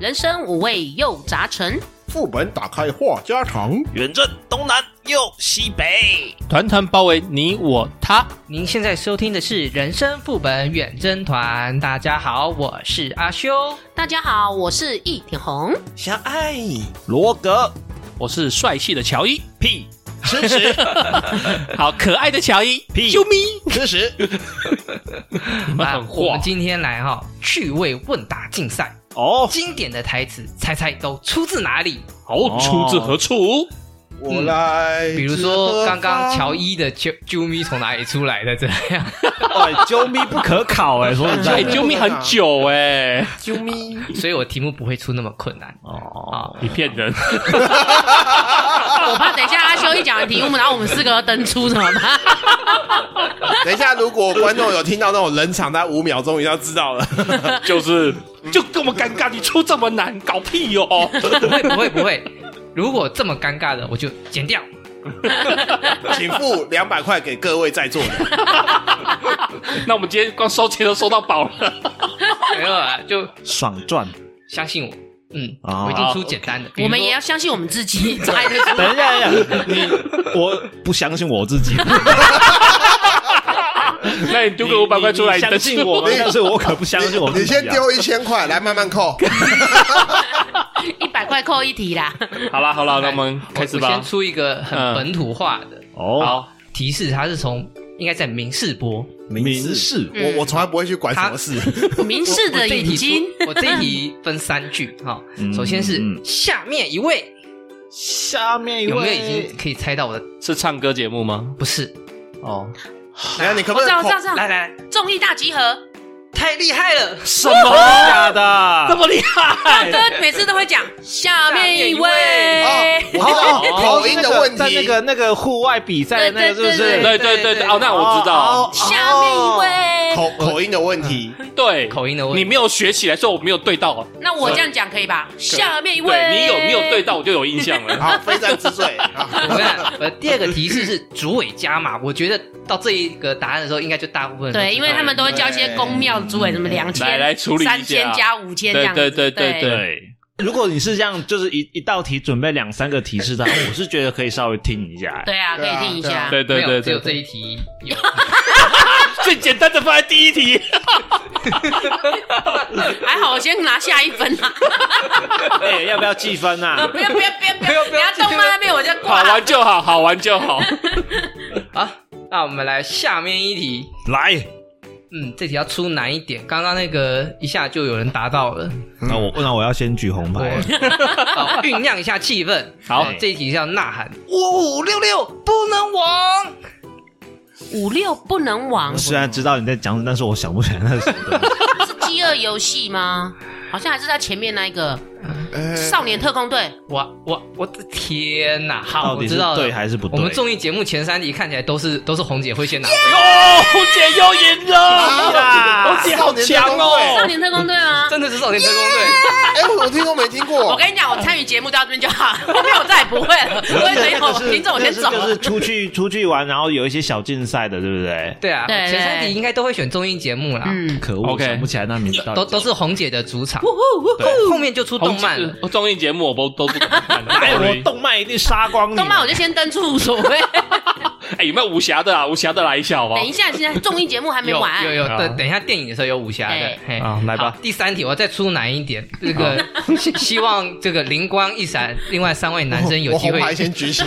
人生五味又杂陈，副本打开话家常，远征东南又西北，团团包围你我他。您现在收听的是《人生副本远征团》，大家好，我是阿修。大家好，我是易点红。相爱罗格我是帅气的乔伊，屁吃屎好可爱的乔伊，屁啾咪，吃屎你们很啊我坏们。今天来哈、趣味问答竞赛，哦经典的台词猜猜都出自哪里？好，出自何处？我来、哎比如说刚刚乔伊的啾啾咪从哪里出来的这 样？哎，啾咪不可考哎，说实哎，在对的啾咪很久哎，啾咪，所以我题目不会出那么困难。哦，你骗人。啊哦我怕等一下阿修一讲完题目，然后我们四个都登出怎么 办？等一下，如果观众有听到那种冷场，大概五秒钟，一定要知道了。 就是就这么尴尬，你出这么难，搞屁哦哟、不哎会不会不会，如果这么尴尬的，我就剪掉。请付两百块给各位在座的。那我们今天光收钱都收到饱了。没有啊，就爽赚！相信我。嗯，啊哦我一定出简单的。比如我说们也要相信我们自己猜得 出。等一下，等一下，你我不相信我自己，那你丢个五百块出来，你相信我吗你？但是我可不相信我自己、啊。你先丢一千块来慢慢 扣。一百块扣一题啦。好啦好啦，那我们哎我开始我吧先。出一个很嗯本土化的哦，好，提示，它是从应该在明视播。明示嗯我我从来不会去管什么事，明视的我这一眼题睛，出，我这一题分三句哈。嗯首先是嗯下面一位，下面一有没有位已经可以猜到我的？是唱歌节目吗？不是，哦，然后 你可不我可知道，以我知扣道，？知道来。来来，综艺大集合，太厉害了！什么？假的？ 这么厉害？哥每次都会讲下面一哦位，，我知道哦口音的问在那题。个那个户外比赛的那个是不是？对对对对对，哦，那我知道，哦下面哦一位。口口音的问题，对，口音的问题你没有学起来，所以我没有对到。那我这样讲可以吧？下面一位， 对你有没有对？到，我就有印象了。好，非战之罪。好我跟你讲，呃，第二个提示是主尾加码，我觉得到这一个答案的时候，应该就大部分人都对，知因道为他们都会教一些公庙诸位什么两千、来来处理一下三千加五千这对样子。对对对对，对，哎如果你是这样，就是一一道题准备两三个提示的话，我是觉得可以稍微听一下。对啊，可对啊以听一对下啊。 对对没有对只有对这对，一题有。最简单的放在第一 题。还好我先拿下一分啊！哎，要不要计分啊？不要不要不要不要！不要动漫那边我就好挂了。玩就好，好玩就 好。好，那我们来下面一题。来，嗯，这题要出难一点。刚刚那个一下就有人答到了，那我那我要先举红牌。好， 酝酿一下气氛。好哎这一题是要呐喊五五六六不能亡。五六不能亡我虽然知道你在讲什么，但是我想不起来那是什么东西。是饥饿游戏吗？ 好像还是在前面那一个呃少年特工队。我我我的天哪！好，到我底知是道了。对还是不对我们综艺节目前三题看起来都是 都是红姐会先拿分，哦，红姐又赢了，啊红姐好强哦 少！年特工队吗？真的是少年特工队。哎，我听都没听过。我跟你讲，我参与节目到这边就好，后面我再也 不会了。我也没那个有是哦听众，我先走那个是就是了。出去出去玩，然后有一些小竞赛的，对不对？对啊，对对前三题应该都会选综艺节目啦，嗯，可恶 OK 想不起来那名字到底都是都是红姐的主场，呼呼呼对后面就出动漫呃了。综艺节目我都都不敢看的。哎， sorry 我动漫一定杀光你！动漫我就先登出无所谓。 哎，有没有武侠的啊？武侠的来一下好不 好等？一下，现在综艺节目还没有完。有有，啊等等一下电影的时候有武侠的哎，嘿啊来吧好第三题我再出难一点，这个希希望这个灵光一闪，另外三位男生有我机红会。牌先 举起。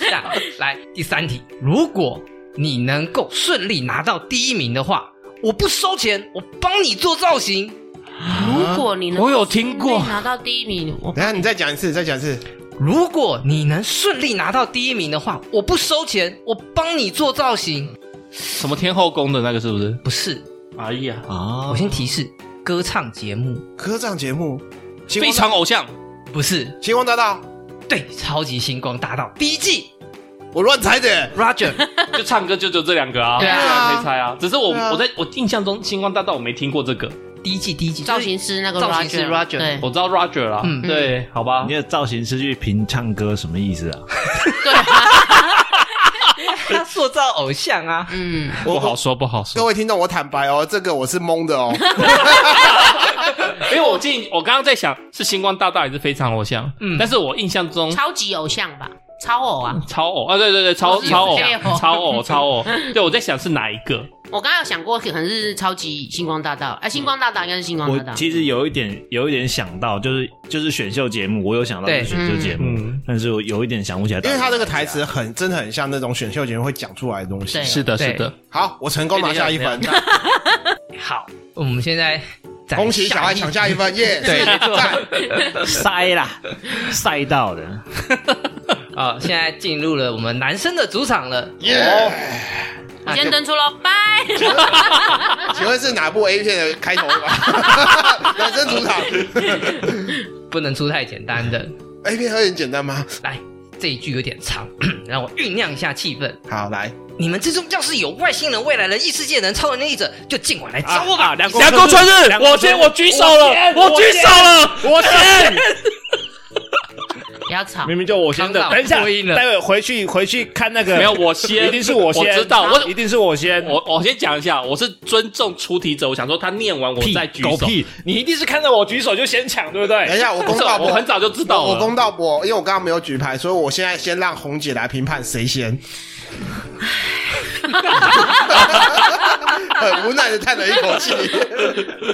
下来第三题，如果你能够顺利拿到第一名的话，我不收钱，我帮你做造型。如果你能，我有听过拿到第一名，我等一下你再讲一次，再讲一次。如果你能顺利拿到第一名的话，我不收钱，我帮你做造型。什么天后宫的那个是不是？不是，哎呀，啊我，先提示，歌唱节目歌唱节目，星非光常偶像。不是星光大道，对《超级星光大道》第一季我乱猜的。 ，Roger 就唱歌就就这两个啊，对啊这两个可以猜啊。只是我、对啊我在我印象中《星光大道》我没听过这个，第一季第一季造型，师那个造型师 Roger 对我知道 Roger 啦，嗯对，好吧你。的造型师去评唱歌什么意思啊？对啊，就是他塑造偶像啊。嗯，不好说，不好各说。 位听众，我坦白哦，这个我是懵的哦。因为我进我刚刚在想是星光大道还是非常偶像，嗯但是我印象中超级偶像吧，超偶啊！超偶啊，对对对，超超超偶级偶像 超偶超偶，对我在想是哪一个？我刚刚有想过，可能是超级星光大道，哎、星光大道应该是星光我大道。其实有一点有一点想到，就是就是选秀节目，我有想到对是选秀节目，嗯，但是我有一点想不起来到底因是为哪一他这家。个台词很真的很像那种选秀节目会讲出来的东西对。 是的，对是的，好，我成功拿下一分，好，我们现在再恭喜小爱一 抢下一分，耶！对没错赞塞啦，塞到的，啊、现在进入了我们男生的主场了。耶！我先登出喽，拜。请问是哪部 A 片的开头 吗？男生主场不能出太简单的。 A 片很简单吗？来，这一句有点长， 让我酝酿一下气氛。好，来，你们之中要是有外星人、未来人、异世界人、超能力者，就尽管来啊 找我吧，吧。两啊梁公春日，我先我举手了，我举手了，我先，不要吵， 明明就我先的康，导等一下破音，了待会回去回去看那个，没有，我先，一定是我先，我知道，我一定是我先，我我先讲一下，我是尊重出题者，我想说他念完我屁再举狗手。屁，你一定是看到我举手就先抢，对不等一对？下我公这道我波，很早就知道我了。公道波，因为我刚刚没有举牌，所以我现在先让红姐来评判谁先。很无奈的叹了一口气，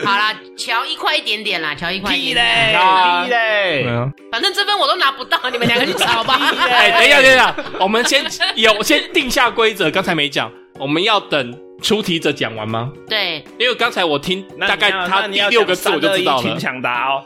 好啦，乔一快一点点啦，乔一快一点点。嘞啊屁嘞，嗯反正这份我都拿不到，你们两个去吵吧。哎，等一下，等一下，我们先有先定下规则，刚才没讲，我们要等出题者讲完吗？对，因为刚才我听那大概你要他那你第要六个字讲我就知道321了请。抢答哦，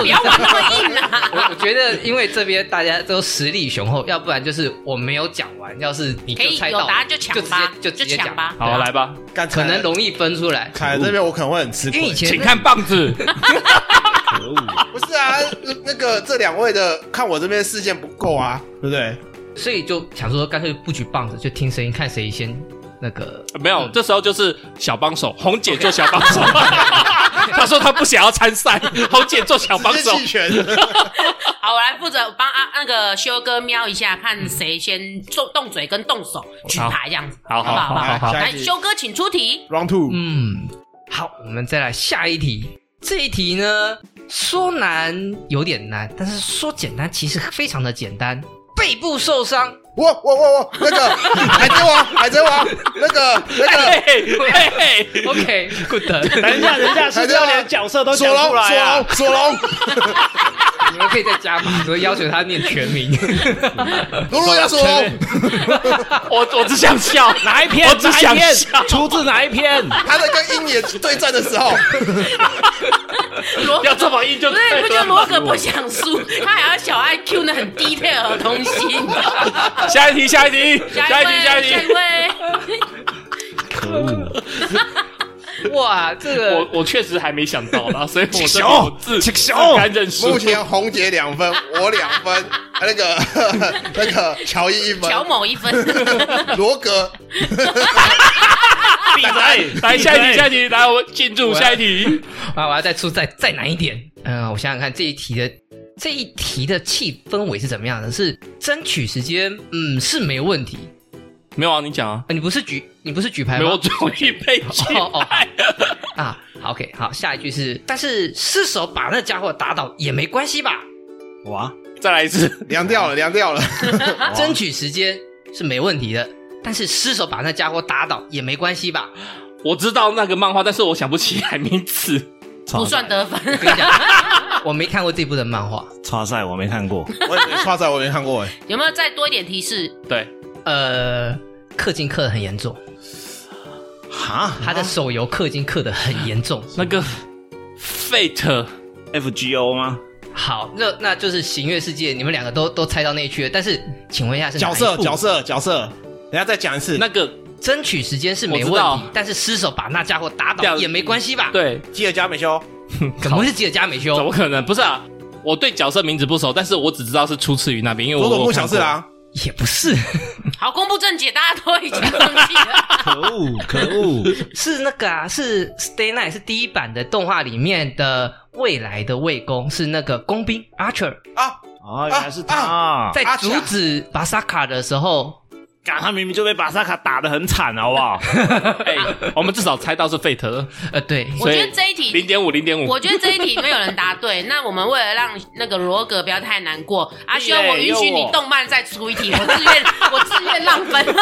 不要玩那么硬啊！ 我我觉得，因为这边大家都实力雄厚，要不然就是我没有讲完，要是你可就以猜有到了，答案就抢吧，就就直接直接抢吧。讲啊好，来吧，干可能容易分出来。凯这边我可能会很吃因为亏以。前请看棒子。可恶，不是啊，那那个这两位的看我这边视线不够啊，对不对？所以就想说，干脆不举棒子，就听声音，看谁先那个。没有，这时候就是小帮手，红姐做小帮手。她说她不想要参赛，红姐做哦小帮直接手。弃权，好，我来负责帮啊那个修哥瞄一下，看谁先动动嘴跟动手举牌这样子，好好不好？好好好，来，下一题修哥请出题。 round two，嗯，好，我们再来下一题。这一题呢，说难有点难，但是说简单其实非常的简单。背部受伤，我我我我那个海贼王，海贼王，那个那嘿嘿嘿 OK，good、 等一下，等一下，是不是要连角色都个索讲隆，出来啊？索隆，你们可以再加吗？我要求他念全名。索隆，鲁鲁亚索隆，我我只想笑，哪一篇？我只哪想一篇笑出自哪一篇？他在跟鹰眼对战的时候，罗要这么硬就不是，你不对觉得了。罗格不想输，他还要小爱 Q 那很 detail 的东西。下一题，下一题，下下一一题，下一位，下一题。位， 可恶， 哇，这我个我确实还没想到啦，所以我请这边小我自请自小甘认输目。前红姐两分，我两分， 那个那个 乔伊一分，乔某一分。罗格，闭嘴！来下一题，下一题，题，来我们进入我要下一题。啊，我要再出再再难一点。嗯、我想想看这一题的这一题的气氛围是怎么样的？是争取时间，嗯，是没问题。没有啊，你讲啊。啊、你不是举你不是举牌没吗？有，我终于被击哦哦败了。啊，好，OK，好，下一句是，但是失手把那家伙打倒也没关系吧？哇， 再来一次。凉掉了，凉掉了，争取时间是没问题的，但是失手把那家伙打倒也没关系吧？我知道那个漫画，但是我想不起来名字。不算得分，我跟你讲， 我没看过这部的漫画，差赛，我没看 过。我也没刷仔，我没看过 哎，有没有再多一点提示？对，呃，氪金氪的很严重，啊哈他的手游氪金氪的很严重。那个 Fate， ，FGO 吗？好，那那就是《行月世界》，你们两个都都猜到那一区了，但是请问一下是哪一角色部角色角色，等一下再讲一次，那个争取时间是没我知问道题，但是失手把那家伙打掉倒也没关系吧？，对，基尔加美修，怎么会是吉尔加美怎修么？可能？不是啊，我对角色名字不熟，但是我只知道是出自于那边，因为佐我佐木我小看次过。郎，也不是。好，公布正解，大家都已经忘记了。 可恶，可恶！是那个啊，是《Stay Night》是第一版的动画里面的未来的卫宫，是那个工兵 Archer 啊，哦，原来是他。在啊阻止巴萨卡的时候，干他明明就被巴萨卡打得很惨，好不好？啊 哎，我们至少猜到是费特呃，对，所我以觉得这一零题，点五，零点五。我觉得这一题没有人答对。 那我们为了让那个罗格不要太难过，阿修，耶我允许又你我动漫再出一题，我自愿， 我自愿浪分。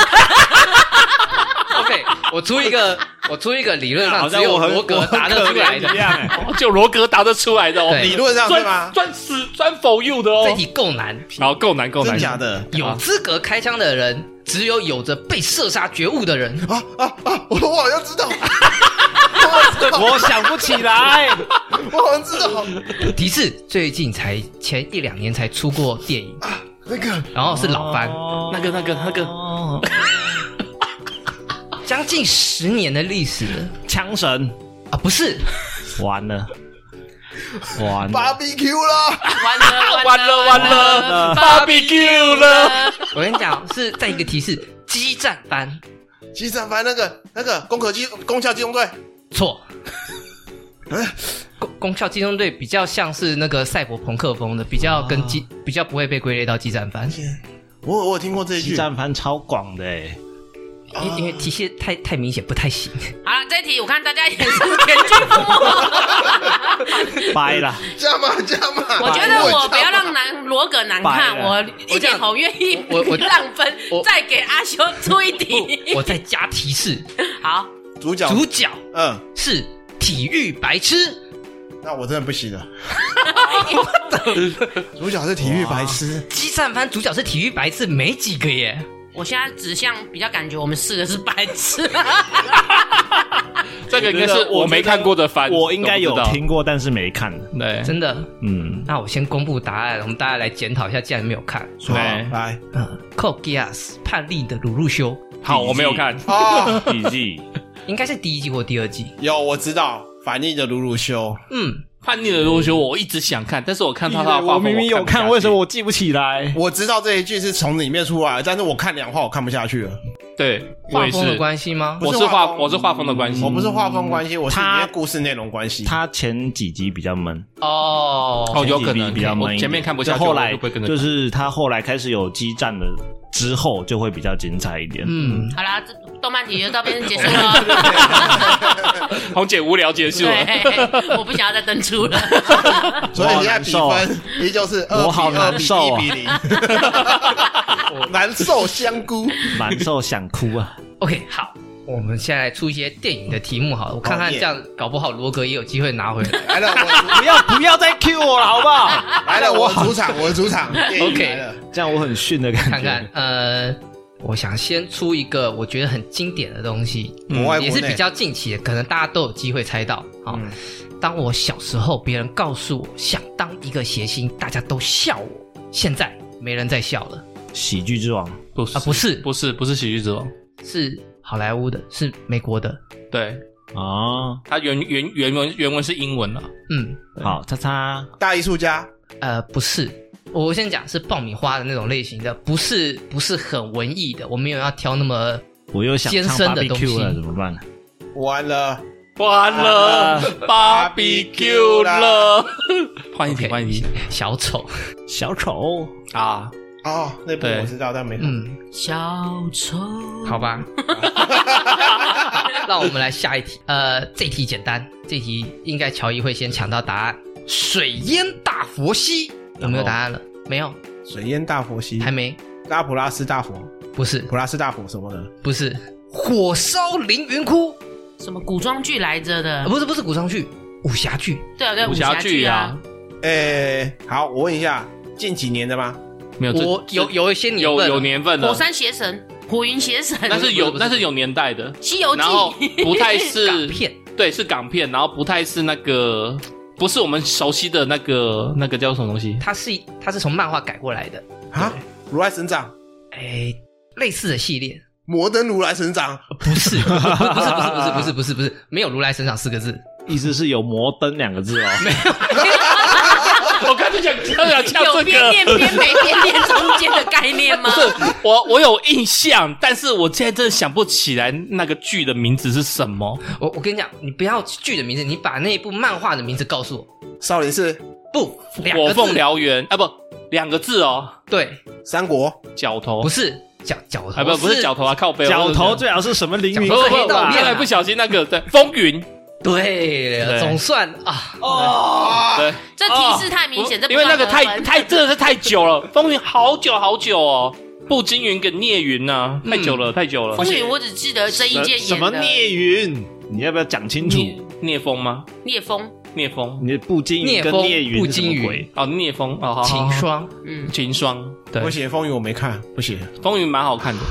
OK，我出一个， 我出一个理论好上只像有我很罗格答得出来我很可怜一的，样哎。哦就罗格答得出来的哦，对理论上对吗专？专死专否 you 的哦这。题够难。好，够难够真难。假的？有资格开枪的人，只有有着被射杀觉悟的人。啊啊啊！我我好像 知道，我好像知道，我想不起 来，我好像知道提示：最近才前一两年才出过电影，那个然后是老番，哦那个那个那个将近十年的历史了枪神，啊，不是完了，完了， barbecue 啦，完了完了完了，barbecue 了，我跟你讲，是再一个提示：激战番。机战翻那个那个攻壳机攻壳机动队，错。功功效机动队比较像是那个赛博朋克风的，比较跟激、比较不会被归类到激战番，我我有听过这一激句，战番超广的哎，因因为提示太太明显不太行。好了，这一题我看大家也是全军覆没。掰了，加码加码。 我觉得我不要让难罗格难看，白了我一点红愿意我我浪分我，再给阿修出一题。我再加提示，好，主角，主角嗯，是体育白痴，那我真的不行了。主角是体育白痴，激战番主角是体育白痴，没几个耶。我现在指向比较感觉我们四个是白 痴，这个应该是我我没看过的番，我应该有都不知道。听过，但是没看。对，真的。嗯，那我先公布答案，我们大家来检讨一下，既然没有看，说哎来嗯寇吉亚斯叛逆的鲁路修好，我没有看。哦啊，笔记，应该是第一季或第二季。有我知道，反应的鲁鲁修，嗯，叛逆的罗修，我一直想看，但是我看他的画 我风，明明有看，看，为什么？我记不起来？我知道这一句是从里面出来的，但是我看两话我看不下去了，对，我画也风的是，关系吗？我不是是画画，风我是画风的关系我。不是画风关系，我是里他面故事内容关系。他前几集比较闷，哦，哦，有可前几集能比较闷一我点，前面看不下去，就后我来就不会跟着就看是他后来开始有激战的之后，就会比较精彩一点。嗯，好啦，这动漫题就到这边结束了。红姐无聊 结束了。对，我不想要再登出 了。所以现在比我好难分依旧是二我好比二难比受一啊比零， 难受香菇。难受想哭啊！ OK，好，我们现在来出一些电影的题目好了，我看看哦耶这样搞不好罗格也有机会拿回来。来了，我 不要不要再 Q 我了，好不好？来了，我的主场，我的主场。电影 OK 来了，这样我很逊的感觉。看看，呃，我想先出一个我觉得很经典的东西，国外也国是内比较近期的，可能大家都有机会猜到。好，当我小时候，别人告诉我想当一个谐星，大家都笑我，现在没人再笑了，喜剧之王，不是啊不是不是，不是喜剧之王。是好莱坞的，是美国的，对，哦，它原原原文原文是英文啊。嗯，好，叉叉，大艺术家，呃，不是，我先讲是爆米花的那种类型的，不是不是很文艺的，我没有要挑那么我又想艰唱深的东西 BBQ 了，怎么办？完了，完了，barbecue 了，换一 OK 题，换一题小丑，小丑，啊！哦，那部对我知道，但没看。嗯， 小丑，好吧， 让我们来下一题，呃，这题简单，这题应该乔伊会先抢到答案，水淹大佛西有没有答案了？没有，水淹大佛西，还没，拉普拉斯大佛，不是，普拉斯大佛什么的，不是，火烧凌云窟，什么古装剧来着呃的？不是，不是古装剧，武侠剧，对啊，对啊，武武侠侠剧剧啊啊。诶，好，我问一下，近几年的吗？没有，呃这我有有一些年有份有年份的火，山邪神、火云邪神，但是有不是不是但是有年代的，西游记然》后不太是港片，对，是港片，然后不太是那个，不是我们熟悉的那个那个叫什么东西？它是它是从漫画改过来的，啊，如来神掌，哎，类似的系列，摩登如来神掌，不是，不是，不是，不是，不是，不是，没有“如来神掌”四个字，意思是有摩登两个字 哦。 我刚才想刚想 唱有这边个，念边没边念中间的概念吗？我 我有印象，但是我现在真的想不起来那个剧的名字是什么。我我跟你讲，你不要剧的名字，你把那一部漫画的名字告诉我。少林寺，不，两火个凤字。燎原啊，不，两个字哦，对，三国，角头不是，脚脚啊头不不是脚头啊，靠背脚头最好是什么凌云不不黑不，道刚面啊才不小心那个对风云对了对总算啊哦，对。哦这提示太明显，这不因为那个算得太分太真的是太久了，风云好久好久哦，步惊云跟聂云呐、太久嗯了太久了风，云，我只记得这一件演的什么聂云？你要不要讲清楚？聂聂风吗？聂风，聂风你的步惊云跟聂风聂云步是什惊么云鬼？哦，聂风哦，好好秦霜嗯，秦霜，对我，写风云我没看，不写。风云蛮好看的，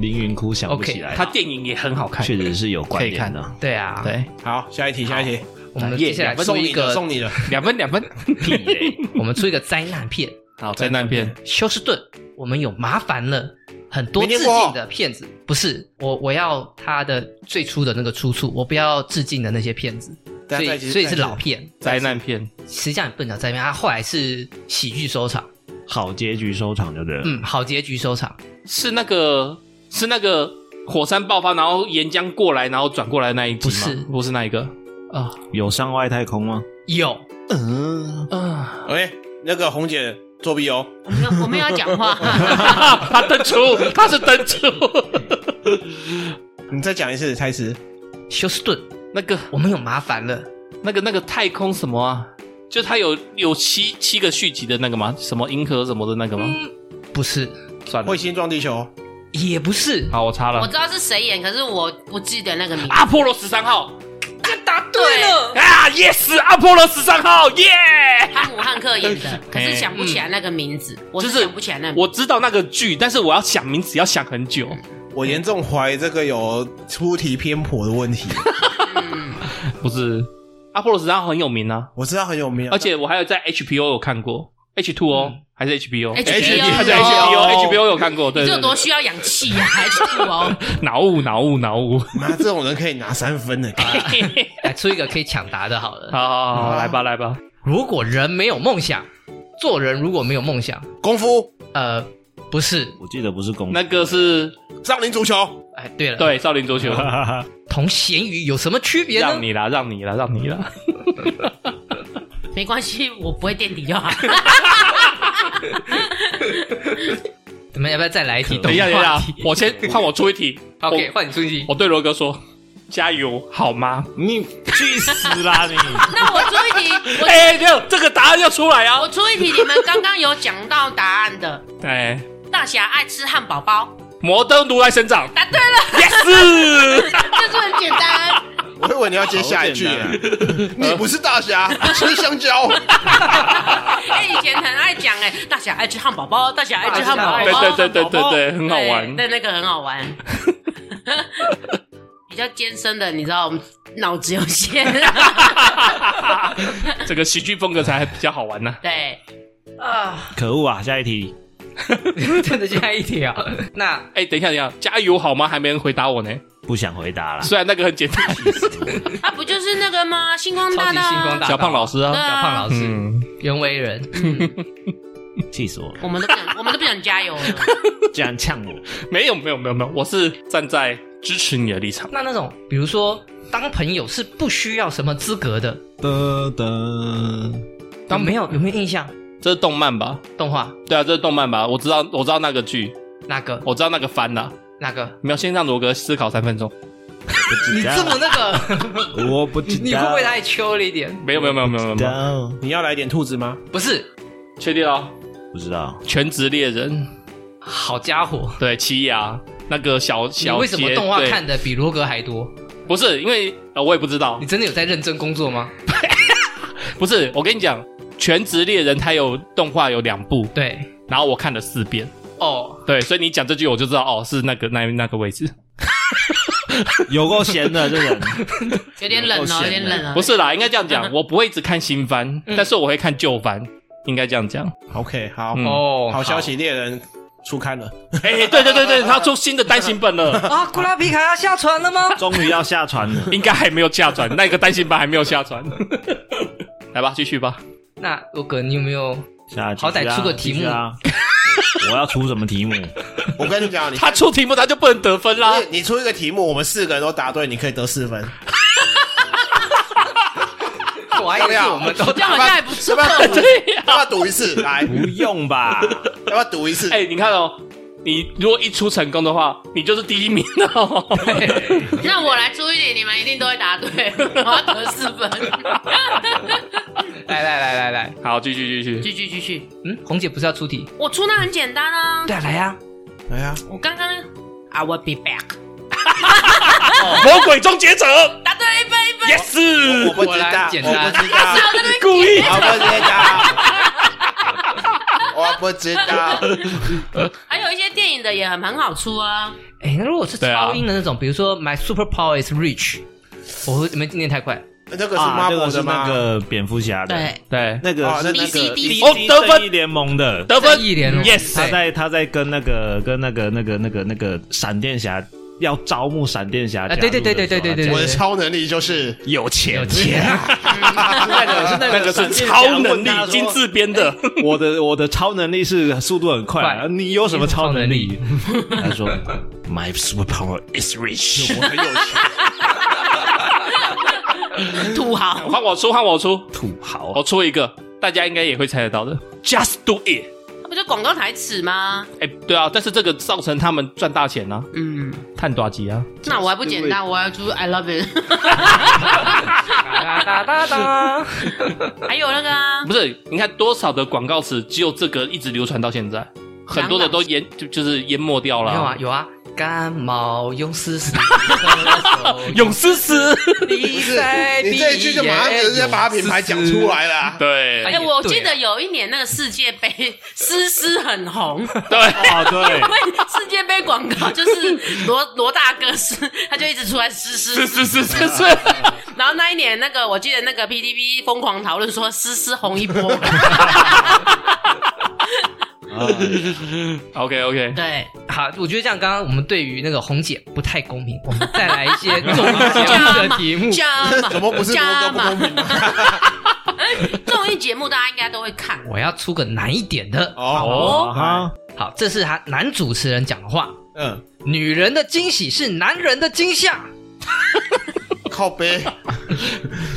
凌云窟想不起来，他电影也很好看，确实是有关可以看联的。对啊，对，好，下一题，下一题，我们接下来出哎送一你的，个，送你 的。两分两分， 屁嘞！我们出一个灾难片，好灾难片，休斯顿，我们有麻烦了。很多没致念过敬的片子，不是我，我要他的最初的那个出处，我不要致敬的那些片子，等下所以再一题所以是再一题老片，灾难片，实际上也不能叫灾难片，啊它后来是喜剧收场，好结局收场就对了。嗯，好结局收场，是那个是那个火山爆发，然后岩浆过来，然后转过来那一集吗？不是不是那一个啊有上外太空吗？ 有嗯，啊， OK，那个红姐作弊哦。我没有我没有要讲 话，他登出，他是登出，你再讲一次台词。休斯顿， 那个我们有麻烦了，那个那个太空什么啊？就它有有七七个续集的那个吗？什么银河什么的那个吗？不是，算了彗，星撞地球，也不是，好，我擦我了知。道是谁演，可是我不记得那个名字。阿波罗十三号答对了，啊，yes，阿波罗十三号，耶、汤姆汉克演的，可是哎想不起来那个名字，我就是是想不起来那个名字。我知道那个剧，但是我要想名字要想很久。我严重怀疑这个有出题偏颇的问题。嗯不是，阿波罗十三号很有名啊，我知道很有名啊，哦而且我还有在 HBO 有看过，H two 哦、嗯还是 HBO。 HBO 还是啊 HBO HBO 有看过，对你这有对多对，需要氧气啊，还是不哦？脑雾脑雾 脑雾，妈这种人可以拿三分呢。 来哎出一个可以抢答的好了，好好好，来吧来吧，如果人没有梦想，做人如果没有梦想，功夫、呃，不是，我记得不是公那个是少林足球，哎，对了，，对少林足球，同咸鱼有什么区别呢让？你啦让你啦让你啦， 没关系，我不会垫底就好。 你们要不要再来一题？等一下，动等一画下题，我先换我出一题。 ，OK，换你出题。我对罗哥说：“加油，好吗 你去死啦 你！那我出一题？”，我哎，没有，这个答案要出来啊我！出一题，你们刚刚有讲到答案的。哎，大侠爱吃汉堡包，摩登如来神掌答对了， ，yes，这是很简单。我以为你要接下一句好耶。 你不是大 侠，吃香蕉。哎，以前很爱讲哎，大侠爱吃汉堡包，大侠爱吃汉堡对包，对对对对对，很好对玩。但那个很好玩。比较艰深的，你知道，脑子有限。这个喜剧风格才比较好玩呢。对，啊，可恶啊！下一题， 真的下一题啊？那哎，等一下，等一下，加油好吗？还没人回答我呢。不想回答了。虽然那个很简单，啊，不就是那个吗？星光大道啊，超级星光大道 小胖老师对啊啊，呃小胖老师、嗯，袁惟仁，气死我了！我们都不想，我们都不想加油了。竟然呛我，没有没有没有没有，我是站在支持你的立场。那那种比如说当朋友是不需要什么资格的，噔噔，有没有有没有印象？这是动漫吧？动画对啊，这是动漫吧？我知道，我知道那个剧，那个我知道那个番啦。那个，没有，先让罗哥思考三分钟。不你知这道，么那个， 我不知道，你会不会太秋了一点？没有没有没有没有没有没有。道？你要来点兔子吗？不是，确定哦了，不知道， 《全职猎人好家伙》，对奇亚那个小你小为什么杰动画对看的比罗格还多？不是因为呃我也不知道你，真的有在认真工作吗？不是我跟你讲，《全职猎人》它有动画有两部，对，然后我看了四遍，哦，对，所以你讲这句我就知道哦是那个那那个位置， 有够闲的这人，有点冷哦，有点冷哦。不是啦，应该这样讲， 我不会一直看新番，但是我会看旧番，应该这样讲。 OK，好，嗯嗯哦，好消息，猎人出刊了。哎，对对对对，他出新的单行本 了，啊！库拉皮卡要下船了吗？ 终于要下船了。应该还没有下传，那个单行本还没有下 传。来吧，继续吧。那罗格，你有没有？下一题好歹出个题目继续啊！我要出什么 题目？ 我跟你讲，你他出题目他就不能得分啦。你你出一个题目，我们四个人都答对，你可以得四分。我哎 还以为是我们都这样好像还不错啊要。不要赌？要不要赌一次？来，不用吧？要不要赌一次？哎、你看哦，你如果一出成功的话，你就是第一名哦了。 那我来出一点，你们一定都会答对，我要得四分。来来来来来，好，继续继续。继续继续，嗯，红姐不是要出题？我出那很简单啊，对啊，来啊，哎呀，我刚刚 I will be back，魔鬼终结者答对一分一分。 ，yes，我不果知然道，简我单不知道，少在那边 故意啊我不知道，我不知 道，还有一些电影的也很很好出啊，哎，那如果是对啊超英的那种，比如说 My super power is rich，我会你们念太快，这个是啊，这个 Marvel 是的那吗？个蝙蝠侠的，对，对，那个哦是那那个 DC 哦得分正义联盟的，得分正义联盟，yes，他哎对在他在跟那个跟那个那个那个那个闪电侠要招募闪电侠加入的时候，啊对对对对对对对我的超能力就是有钱有 钱啊，他在那个是那那个个是闪电侠超能问力他说金字编的， 我的我的超能力是速度很快啊，快你有什么超能力你？他说 My superpower is rich，我很有钱，土豪。 换我出，换我出， 土豪我出一个，大家应该也会猜得到的，just do it。那不就广告台词吗？哎，对啊，但是这个造成他们赚大钱啊，嗯，探多吉啊，那我还不简单，我要出 I love it，哒哒哒哒，还有那个啊不是？你看多少的广告词，只有这个一直流传到现在，很多的都淹就就是淹没掉没有啊了。有啊，感冒用丝 丝，歌手勇士师，不你是在你这一句就马上直接把他品牌讲出。来了啊。对哎哎、我记对啊得有一年那个世界杯， 思思很红，对，哦，对因，为世界杯广告就是罗罗大哥是，他就一直出来思是思。是是是 是，然后那一年那个我记得那个 PTV 疯狂讨论说思思红一波，啊 OK OK，对，。好，我觉得这样，刚刚我们对于那个红姐不太公平，我们再来一些综 艺节目的题目加码怎么不是多加哥不码公？平吗？综艺节目大家应该都会看，我要出个难一点的。哦，哦哈，好，这是他男主持人讲的话：嗯，女人的惊喜是男人的惊吓。靠背，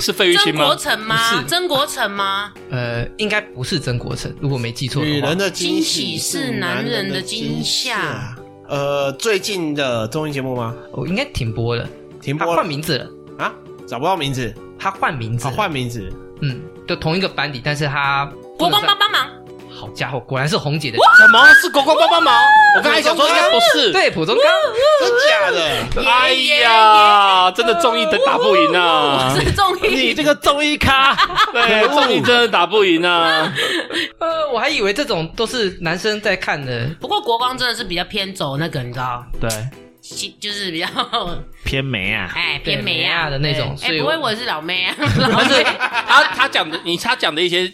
是费玉清曾国吗？成不吗？是曾国成吗？呃，应该不是曾国成，如果没记错女的话人。的惊喜喜是男男人的的惊吓吓。呃，最近的综艺节目吗？我、哦应该停播了，停他播换了名字了，啊？找不到名字，他换名字啊，了，换名字。嗯，就同一个班底，但是他国光帮帮忙，好家伙，果然是红姐的。什么是国光帮帮忙？我刚才想说应该不是。对，普通刚真假的？哎呀，真的综艺的打不赢啊！是综 艺。这个综艺咖， 对，综艺真的打不赢啊！呃，我还以为这种都是男生在看的，不过国光真的是比较偏走那个，你知道，对，西就是比较 偏美啊，哎对偏美美亚啊的那种对所哎，以不我会我是老妹啊，老妹他他讲的，你他讲的一些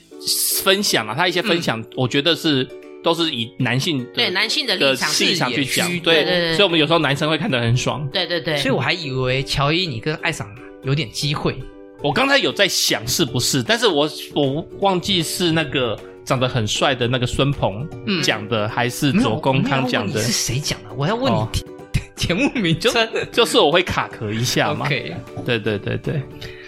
分享啊，他一些分享，我觉得是都是以男性的对男性的的立场立场去讲视野，区对对对所以我们有时候男生会看得很爽。对对对，所以我还以为乔伊你跟艾桑有点机会。我刚才有在想是不是，但是我我忘记是那个长得很帅的那个孙鹏嗯讲的，还是左公康讲我没有问的你是，谁讲的？我要问哦你节目名就称。就是我会卡壳一下嘛。 OK，对对对对，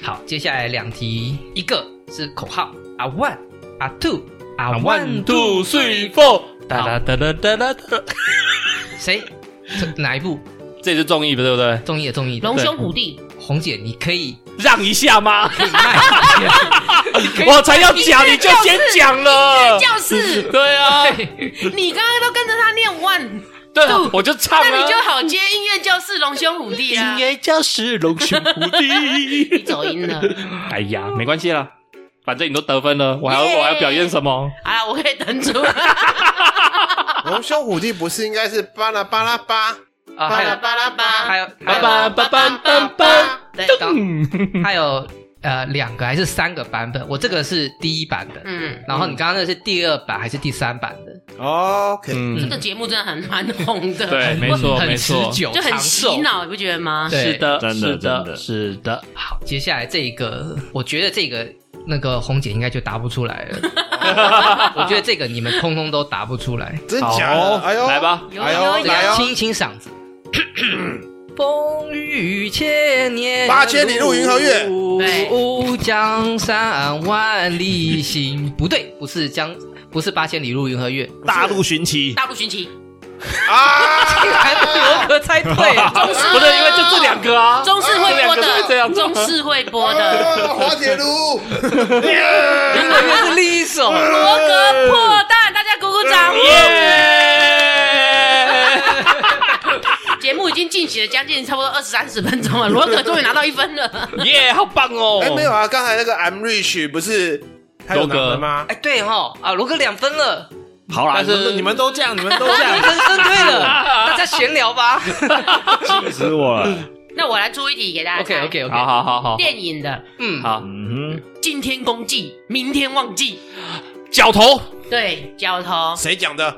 好，接下来两题，一个是口号啊 one 啊 two 啊 One one two two， three four，哒哒哒哒哒哒哒，谁？这哪一部这也是综艺对不对？综艺的综艺的？龙兄虎弟，红姐，你可以让一下吗？可以 卖。你可以我才要讲，你就先讲了。就是对啊，你刚刚都跟着他念 one，对啊，我就唱那你就了。好接音乐教室龙兄虎哎弟啊，乐教室龙兄虎弟。你走音了。哎呀，没关系啦，反正你都得分了，我还要耶我还要表演什么？啊，我可以等出， 龙兄虎弟不是应该是巴拉巴拉巴啊，巴还拉有巴拉还巴？有爸还爸有爸爸爸爸。对， 还有呃两个还是三个版本？我这个是第一版本，嗯，然后你刚刚那是第二版还是第三版的？ OK，这嗯，个节目真的很蛮红的，对，没错没很持错，久，就很长寿洗脑，你不觉得吗？对是的， 真的是真的，的是的。好，接下来这一个，我觉得这个那个红姐应该就答不出来了。 我觉得这个你们通通都答不出来。真好假的？哎呦，来吧，有哎呦有这对个啊有，要清一清嗓 子。风雨千年，八千里路云和月对，江山万里行。不对，不是江，不是八千里路云和月， 大陆寻奇，大陆寻奇，啊！竟然哎罗格猜对了， 中式不哦是因为就这两个啊，中式会播这两个都是这的，样哦中式会播的，啊滑铁卢，原来是另一首。罗格破蛋，大家鼓鼓掌。节目已经进行了将近差不多二十三十分钟了，罗格终于拿到一分 了。耶，好棒哦！哎，没有啊，刚才那个 I'm Rich 不是他有拿了吗？哎，对哈，啊，罗格两分了，好啦，但是你们都这样，你们都这人样，生胜对 了，大家闲聊吧。气死我了。那我来出一题给 大家猜 OK OK OK，好好好好电影的嗯，好，嗯今天公祭，明天忘记。脚头对，角头谁讲的？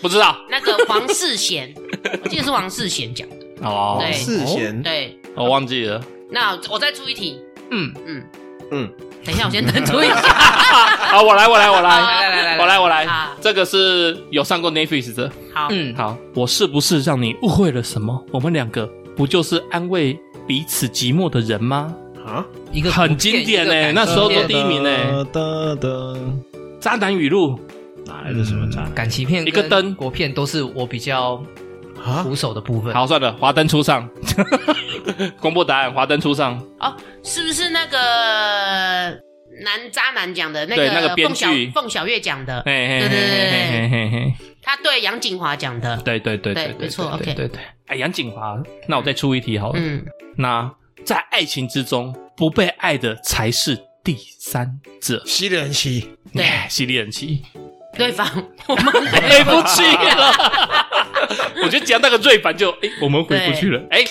不知道那个黄世贤， 我记得是黄世贤讲的。哦对世贤，对，我忘记了，那我再出一题。嗯嗯嗯，等一下，我先等出一下。好，我来，我来，我来，来来来我来，来，我啊来，这个是有上过 Netflix 的。 好，嗯，好，我是不是让你误会了什么？我们两个不就是安慰彼此寂寞的人吗？啊，一个很经典呢、那时候都第一名呢、噔噔，渣男语录，哪来的什么渣？嗯感情片一个跟灯国片都是我比较啊苦手的部分。好，算了，华灯初上， 公布答案，华灯初上，哦，是不是那个男渣男讲的那对那个个编凤小剧凤小月讲的？嘿嘿对嘿对嘿嘿对嘿嘿，他对杨景华讲的。对对对对对，没错对 OK 对对对，哎，杨景华，那我再出一题好了，嗯，那在爱情之中，不被爱的才是第三者，西人西，对哎犀利人妻，对方，我们对不起了。 我觉得讲那个瑞凡就哎、我们回不去了。哎、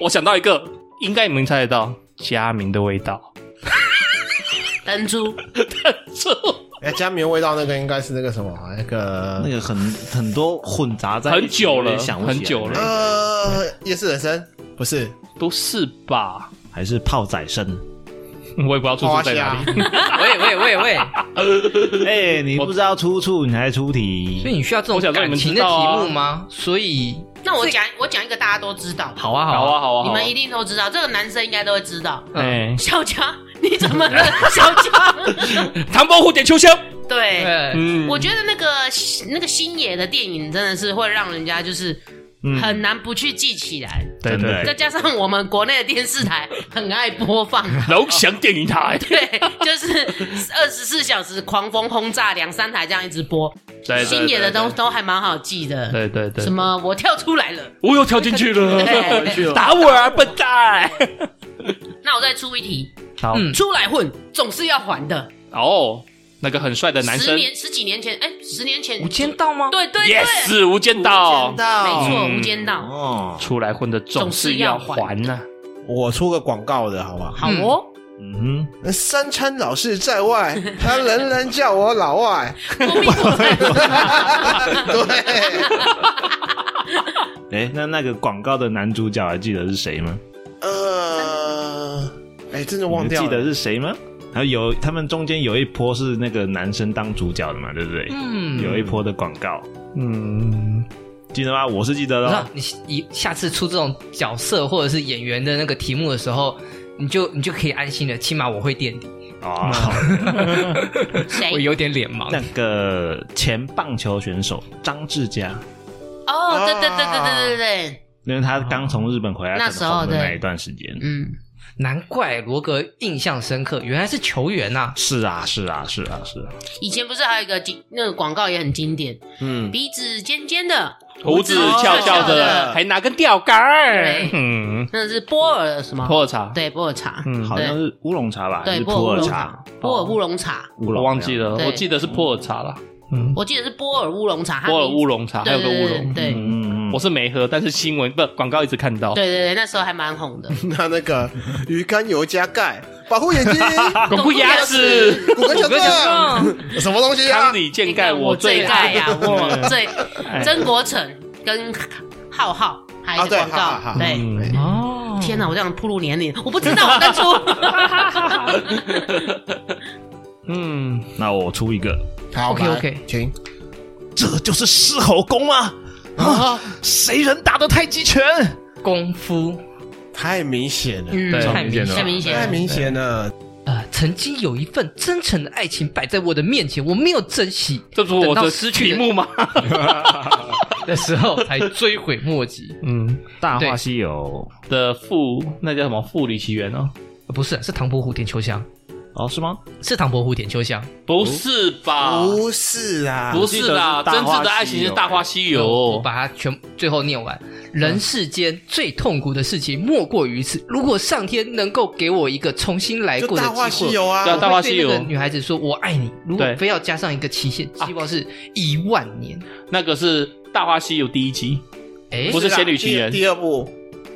我想到一个，应该你们猜得到，佳明的味 道。登出 这哎，加棉味道那个应该是那个什么，那个那个很很多混杂在很久了有点想不起来很久了呃，夜市人生不是不是吧？还是泡仔生。 我也不知道出处花在哪虾里。喂喂喂喂，哎，你不知道出处，你还出所题？以你需要这种我想说你感们情知的道题啊目吗？所以，那我讲我讲一个大家都知道的，好 啊好好啊，，好啊，你好啊们一。定都知道，这个男生应该都会知道。哎、小强，你怎 么了？小强， 嗯唐伯虎点秋香。对，对，嗯我觉得那个那个星野的电影真的是会让人家就是嗯很难不去记起来，对真的再对，加上我们国内的电视台很爱播放。 龙翔电影台。对，就是二十四小时狂风轰炸两三台这样一直播，对星野的都。都还蛮好记的。对对对什对，么我跳出来了。我又跳进去了对回去， 打我啊，笨蛋！那我再出一题，好嗯出来混总是要还的。哦，那个很帅的男十生年十几年前，哎，十年前无，间道吗？对对对，yes，无间哦道，没错，嗯无间道。哦，出来混的总是要还啊呐、嗯我出个广告的好不好？好哦，嗯三餐老是在外，他仍然叫我老外。我并不在乎 对，哼，哎，那那个广告的男主角还记得是谁吗？呃，哎，真的忘你掉记了。得是谁吗？还有他们中间有一波是那个男生当主角的嘛，对不对？嗯，有一波的广告，嗯，记得吗？我是记得我的知哦道。你你下次出这种角色或者是演员的那个题目的时候，你就你就可以安心了，起码我会垫底，哦， 我谁。有点脸盲那。个前棒球选手张志佳，哦，对对对对对对啊对，因为他刚从日本回来，那很时候红的对那一段时间，嗯，难怪罗格印象深刻，原来是球员呐、是啊，是啊，是啊，是啊，以前不是还有一个经那个广告也很经典，嗯，鼻子尖尖的，胡子翘翘的，还拿根钓竿对儿，嗯，那是波尔的什么？普洱茶，对，波尔茶，嗯，好像是乌龙茶吧，还对，是波尔普乌洱龙茶茶？，波尔哦乌龙茶，乌我龙忘记了，了，对我记得是普洱茶啦，嗯，我记得是波尔乌龙茶，它波尔名字乌龙茶，还对有个乌对对龙，对对嗯嗯，我是没喝，但是新闻不广告一直看到，对对对，那时候还蛮红的。 那那个鱼肝油加钙，保护眼睛，巩固牙齿，骨骼强壮，什么东西啊康？你健盖我我最盖爱哎哎呀，我最曾国成跟浩浩还有哦一个广啊告，对对。嗯哦天哪！我这样暴露年龄，我不知 道，我当初嗯，那我出一个，好 OK，OK 来请这就是狮吼功吗？哦啊，谁人打的太极拳？功夫，太明显了，嗯对太明显了太明显太了。明显了，呃，曾经有一份真诚的爱情摆在我的面前，我没有珍惜。这不是我等到的失去题了目吗？的时候才追悔莫及。 嗯大话对西游的父那叫什么《父离奇缘》哦，呃不是，是唐伯虎点秋香，哦是吗？是唐伯虎点秋香。不是吧？不是啊，不是啦，我记得是大话西游真挚的爱情是《大话西游我》。把它全最后念完。人世间最痛苦的事情莫过于此。如果上天能够给我一个重新来就过的大机话会，西游对啊啊，大话西游我会对那个女孩子说我爱你。如果对非要加上一个期限，啊希望是一万年。那个是《大话西游》第一集，哎、不是仙女奇缘第第二部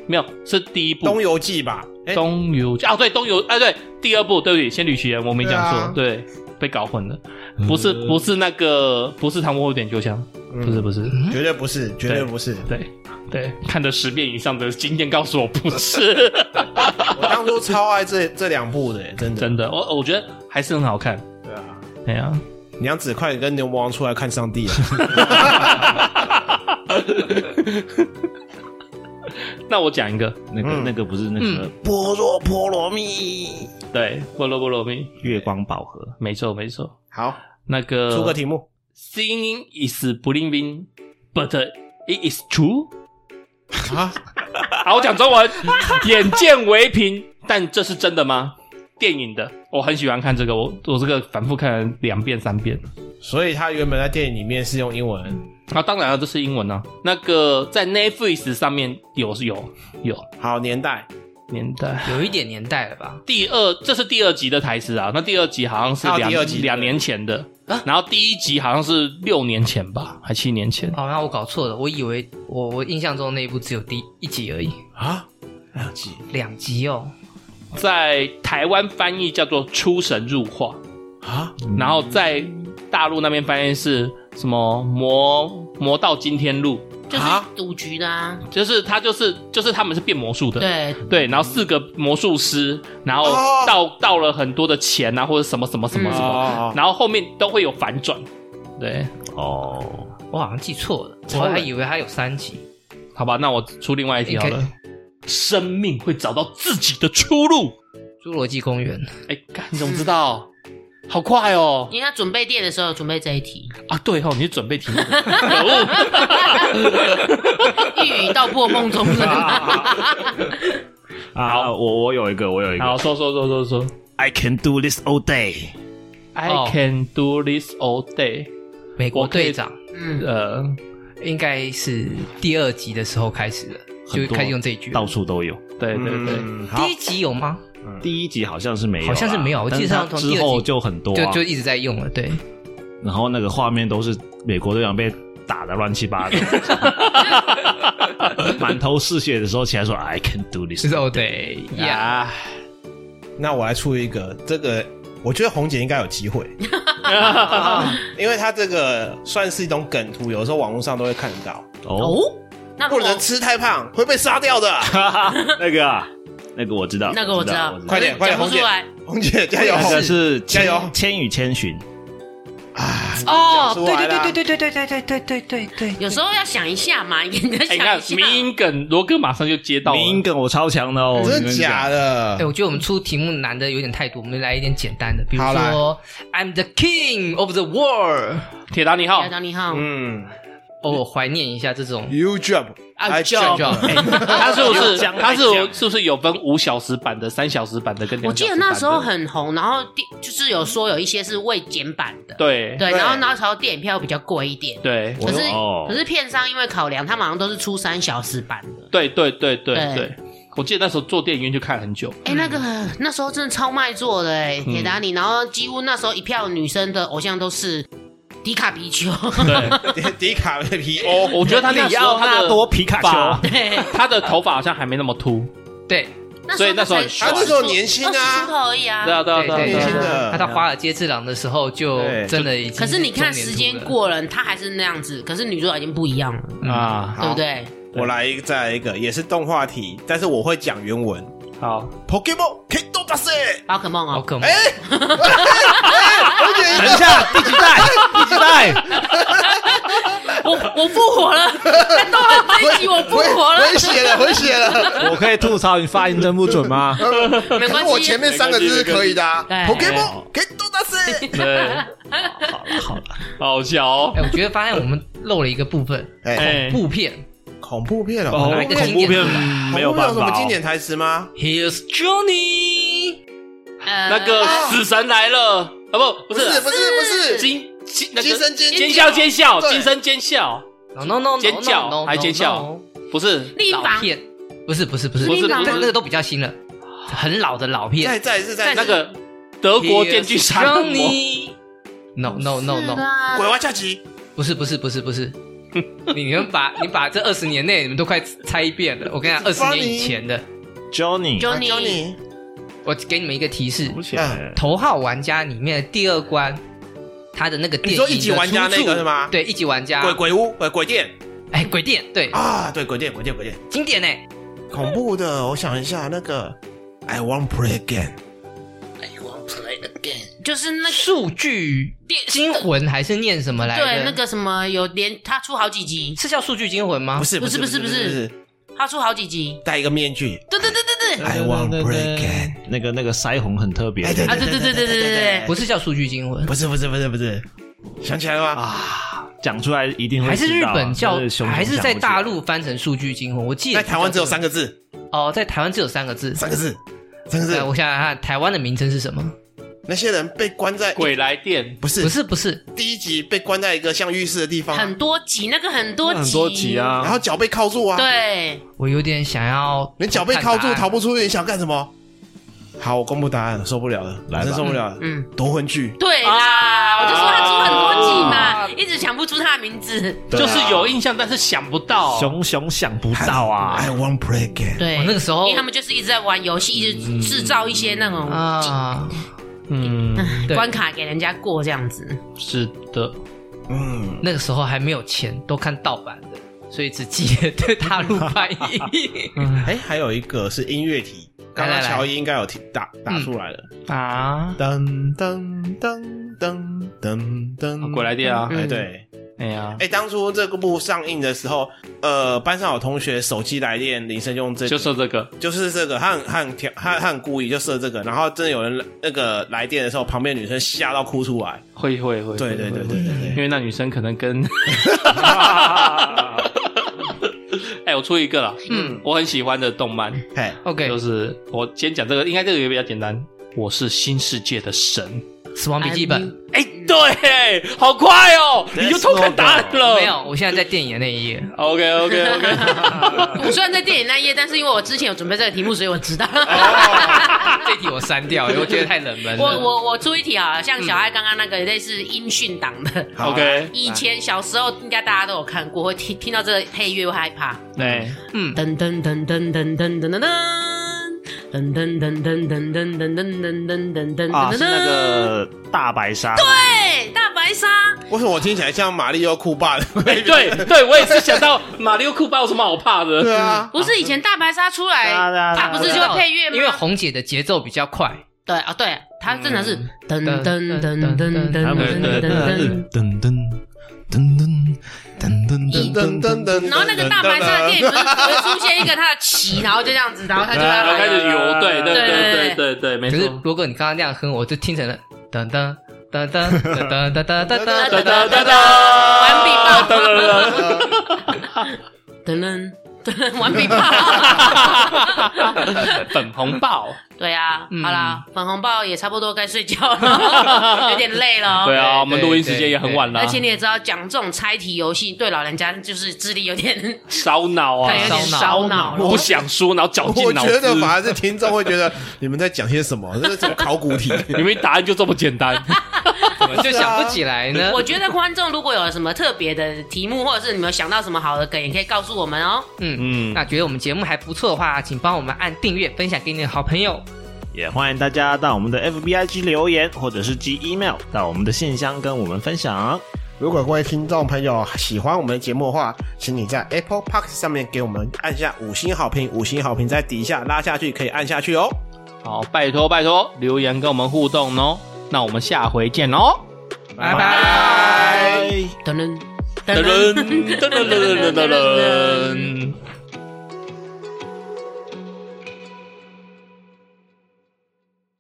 没有，是第一《部东游记》吧？哎，东游啊，对东游哎，对第二部，对不起，《仙女奇缘》我没讲错，对对，被搞混了，不是不是那个不是唐伯虎点秋香，不是不是，嗯绝对不是，绝对不是。对对，看了十遍以上的经验告诉我不是，我当初超爱这这两部 的，真的。真的，我我觉得还是很好看，对啊，哎呀，娘子，快点跟牛魔王出来看上 帝啊！ 那我讲一个，那个嗯那个不是那个般若波罗蜜。对，菠萝菠萝蜜，月光宝盒没错没错，好，那个出个题目。 Singing is believing, but it is true 啊啊！好，我讲中文， 眼见为凭，但这是真的吗？电影的，我很喜欢看这个，我我这个反复看了两遍三遍。所以他原本在电影里面是用英文。啊，当然了，这是英文啊。那个在 Netflix 上面有是有有好，年代年代有一点年代了吧？第二，这是第二集的台词啊。那第二集好像是还有两哦第二集的啊两年前的，然后第一集好像是六年前吧，还七年前。哦，那我搞错了，我以为我我印象中那一部只有第一集而已，啊，两集两集哦。在台湾翻译叫做“出神入化啊，”，然后在大陆那边翻译是什么“魔魔道惊天录就是啊赌局的啊，”，就是他就是就是他们是变魔术的，对，对然后四个魔术师，然后哦盗盗了很多的钱啊，或者什么什么什么什么，哦，然后后面都会有反转，对，哦， 我好像记错了，我超人还以为它有三集。好吧，那我出另外一题好你了。生命会找到自己的出路。侏罗纪公园，哎，干你怎么知道？ 好快哦！因为他准备电的时候有准备这一题， 啊，对哦，你是准备 题目的，可恶！一语道破梦中 人。啊，我我有一个，我有一好，个说说说说说。 ，I can do this all day，哦 I can do this all day。美国我可以队长嗯，呃，应该是第二集的时候开始的，就很多开始用这一句。到处都有。对对对，嗯好第一集有吗？第一集好像是没有啦，啊好像是没有我记得上但从是第它二之集后就很多、就啊，就一直在用了，对。然后那个画面都是美国队长被打的乱七八 糟，满头是血的时候起来说 I can do this，是哦 all day，呀，啊，那我来出一个，这个我觉得红姐应该有机会， 哎因为她这个算是一种梗图，有时候网络上都会看到，哦，那如不果能吃太胖会被杀掉的。那个啊，那个我知道，那个我知啊道快点，快点，讲不红出姐，来红姐加油！那个 是加千油《千与千寻》啊，哦，讲出对来啦对对对对对对对对对对对，有时候要想一下嘛， 你要哎，你想看一下。民音梗，罗哥马上就接到了。民音梗我超强的哦，真的假的？的哎，？我觉得我们出题目难的有点太多，我们来一点简单的，比如好啦说 I'm the king of the world，铁达尼号亚，当你好，嗯啊偶尔怀念一下这种。哎，You jump, I jump。他是不是讲他是讲有是不是有分五小时版的、三小时版的跟我两小记时得版的？那时候很红，然后电就是有说有一些是未剪版的，对对，对然后那时候电影票比较贵一点，对可是哦可是片商因为考量，他们好像都是出三小时版的。对对对对对对，我记得那时候坐电影院就看很久。哎、那个那时候真的超卖座的哎、铁达尼，然后几乎那时候一票女生的偶像都是迪卡皮丘，对，迪迪卡的皮哦 欧，我觉得他那时 候他的皮卡啊发， 对，他的头发好像还没那么秃。对那所以那时候才很他那时候年轻啊二十出头而已啊对。啊对啊对对啊对对年轻啊。的他到华尔街之狼的时候就对真的已经可是你看中年时间秃了过了，他还是那样子，可是女主角已经不一样了，嗯对啊，嗯好不对？我来一个，再来一个，也是动画题，但是我会讲原文。好， Pokemon Kingdom 哇塞！宝可梦宝哦，可梦哎，哎哎红姐，等一下，第几代？第几代？我我复活了，在动漫这一集我复回活了，回血了，回血了。 我可以吐槽你发音真不准吗？没可关是系。我前面三个字是可以的啊。没我关系给我给多大声？对，好笑哦哎，。我觉得发现我们漏了一个部分，哎，部片恐怖片哦哦，哪一个恐经怖典片出来？没有办恐怖片有什法么经哦。典台词吗？ Here's Johnny，呃那个死神来了啊，不，不不是是不是不是，惊惊那惊个声尖尖叫尖笑，对惊声尖笑， no no no no 尖叫 no, no, 还尖叫 no, no 不是立老方片，不是不是不是不是那不个是那个都比较新了，很老的老再片。再一次再一那次个德国电锯杀人魔， No no no 啊 no，鬼娃恰吉，不是不是不是不是，你你们把你把这二十年内你们都快猜一遍了。我跟你讲，二十年以前的， Johnny，啊 Johnny，我给你们一个提示想，不起来头号玩家里面的第二关，他的那个电你影说的一级玩家出处那个是吗对，一级玩家，鬼鬼屋鬼鬼店哎，鬼店，对，啊，对鬼店鬼店鬼店，经典哎，恐怖的，我想一下那个 I want play again，就是那个数据惊魂还是念什么来着？对那个什么有连他出好几集，是叫数据惊魂吗？不是不是不不不是不是是，他出好几集。戴一个面具对对对对对， ，I want play again，那个那个腮红很特别哎对啊对对对对对对不是叫数据惊魂，不是不是不是不是，想起来了吗？啊，讲出来一定会还是知日道啊本叫真的，熊熊还是在想不起来大陆翻成数据惊魂？我记得在台湾只有三个个字，哦，在台湾只有三个字。三个字，三个对，啊字，我想想看，台湾的名称是什么？那些人被关在鬼来电，不是不是不是，第一集被关在一个像浴室的地方对，啊，很多集，那个很多集，很多集。啊，然后脚被铐住啊，对，我有点想要你脚被铐住逃逃。不出去，你想干什么？好，我公布答案，受不了了，来吧真受不了了，嗯，夺魂剧。对啊啦，啊我就说他出很多集嘛，一直想不出他的名字。对就啊是有印象，但是想不到。熊熊想不到啊 I，want play again。对我，哦那个时候因为他们就是一直在玩游戏，一直制造一些那种啊，嗯，对关卡给人家过这样子。是的，嗯，那个时候还没有钱，都看盗版的，所以只记得对大陆翻译嗯哎，还有一个是音乐题，刚来刚来乔伊应该有提打打出来了。 啊。噔噔噔噔噔噔，鬼来电啊哎嗯对，哎呀，哎，当初这个部上映的时候，呃，班上有同学手机来电铃声用这就个，说这个，就是这个，他很他很挑，他他很故意就设这个，然后真的有人来那个来电的时候，旁边女生吓到哭出来。会会会，对对会对对会对因对，为那女生可能跟，哎，我出一个了，嗯，我很喜欢的动漫，嘿， OK，就是我先讲这个，应该这个也比较简单。我是新世界的神，死亡笔记本。嗯哎，对，好快哦， That's 你就偷看答案哦了，没有，我现在在电影的那一页。 ，OK OK OK，我虽然在电影那一页，但是因为我之前有准备这个题目，所以我知道。这题我删掉，因为我觉得太冷门 了。我我我出一题啊，像小爱刚刚那个类似音讯档的。好 OK 以前小时候应该大家都有看过，会听听到这个配乐会害怕。对，嗯，噔噔噔噔噔噔噔噔噔。噔噔噔噔噔噔噔噔噔噔噔噔啊噔是那噔！个大白鲨，对，大白鲨，为什么我听起来像马里奥酷爸的？哎， 对对，我也是想到马里奥库巴有什么好怕 的？对啊，不是以前大白鲨出来，对啊对啊对它啊不是就会配乐吗？因为红姐的节奏比较快，对啊，对，它真的是噔噔噔噔噔噔噔噔噔噔噔噔噔噔噔噔噔噔噔噔噔噔噔噔，然后那个大白鲨的电影不是会出现一个它的鳍，然后就这样子，然后它就然后开始要游，对对对对对对，没可是错。如果你刚刚那样哼，我就听成了噔噔噔噔噔噔噔噔噔哒噔 哒噔。哒哒，完毕吧哒哒哒呃哒。噔噔噔，完美吧？ 粉红豹，对啊，嗯好啦，粉红豹也差不多该睡觉了，有点累了。对啊，对我们录音时间也很晚了而，且你也知道，讲这种猜题游戏对老人家就是智力有 点，烧脑啊对，，有点烧烧脑脑了了。不想说，然后绞我尽脑觉汁。得反而是听众会觉得你们在讲些什么，这是这种考古 题。明明答案就这么简单，怎么就想不起来呢？我觉得观众如果有什么特别的题目，或者是你们有想到什么好的梗，也可以告诉我们哦。嗯，嗯，那觉得我们节目还不错的话，请帮我们按订阅，分享给你的好朋友。也欢迎大家到我们的 FBIG 留言，或者是寄 email 到我们的信箱跟我们分享。如果各位听众朋友喜欢我们的节目的话，请你在 Apple Park 上面给我们按下五星好评，五星好评在底下拉下去可以按下去哦。 好，拜托拜托，留言跟我们互动哦。那我们下回见哦。拜拜。噔噔噔噔噔噔噔噔噔噔噔噔。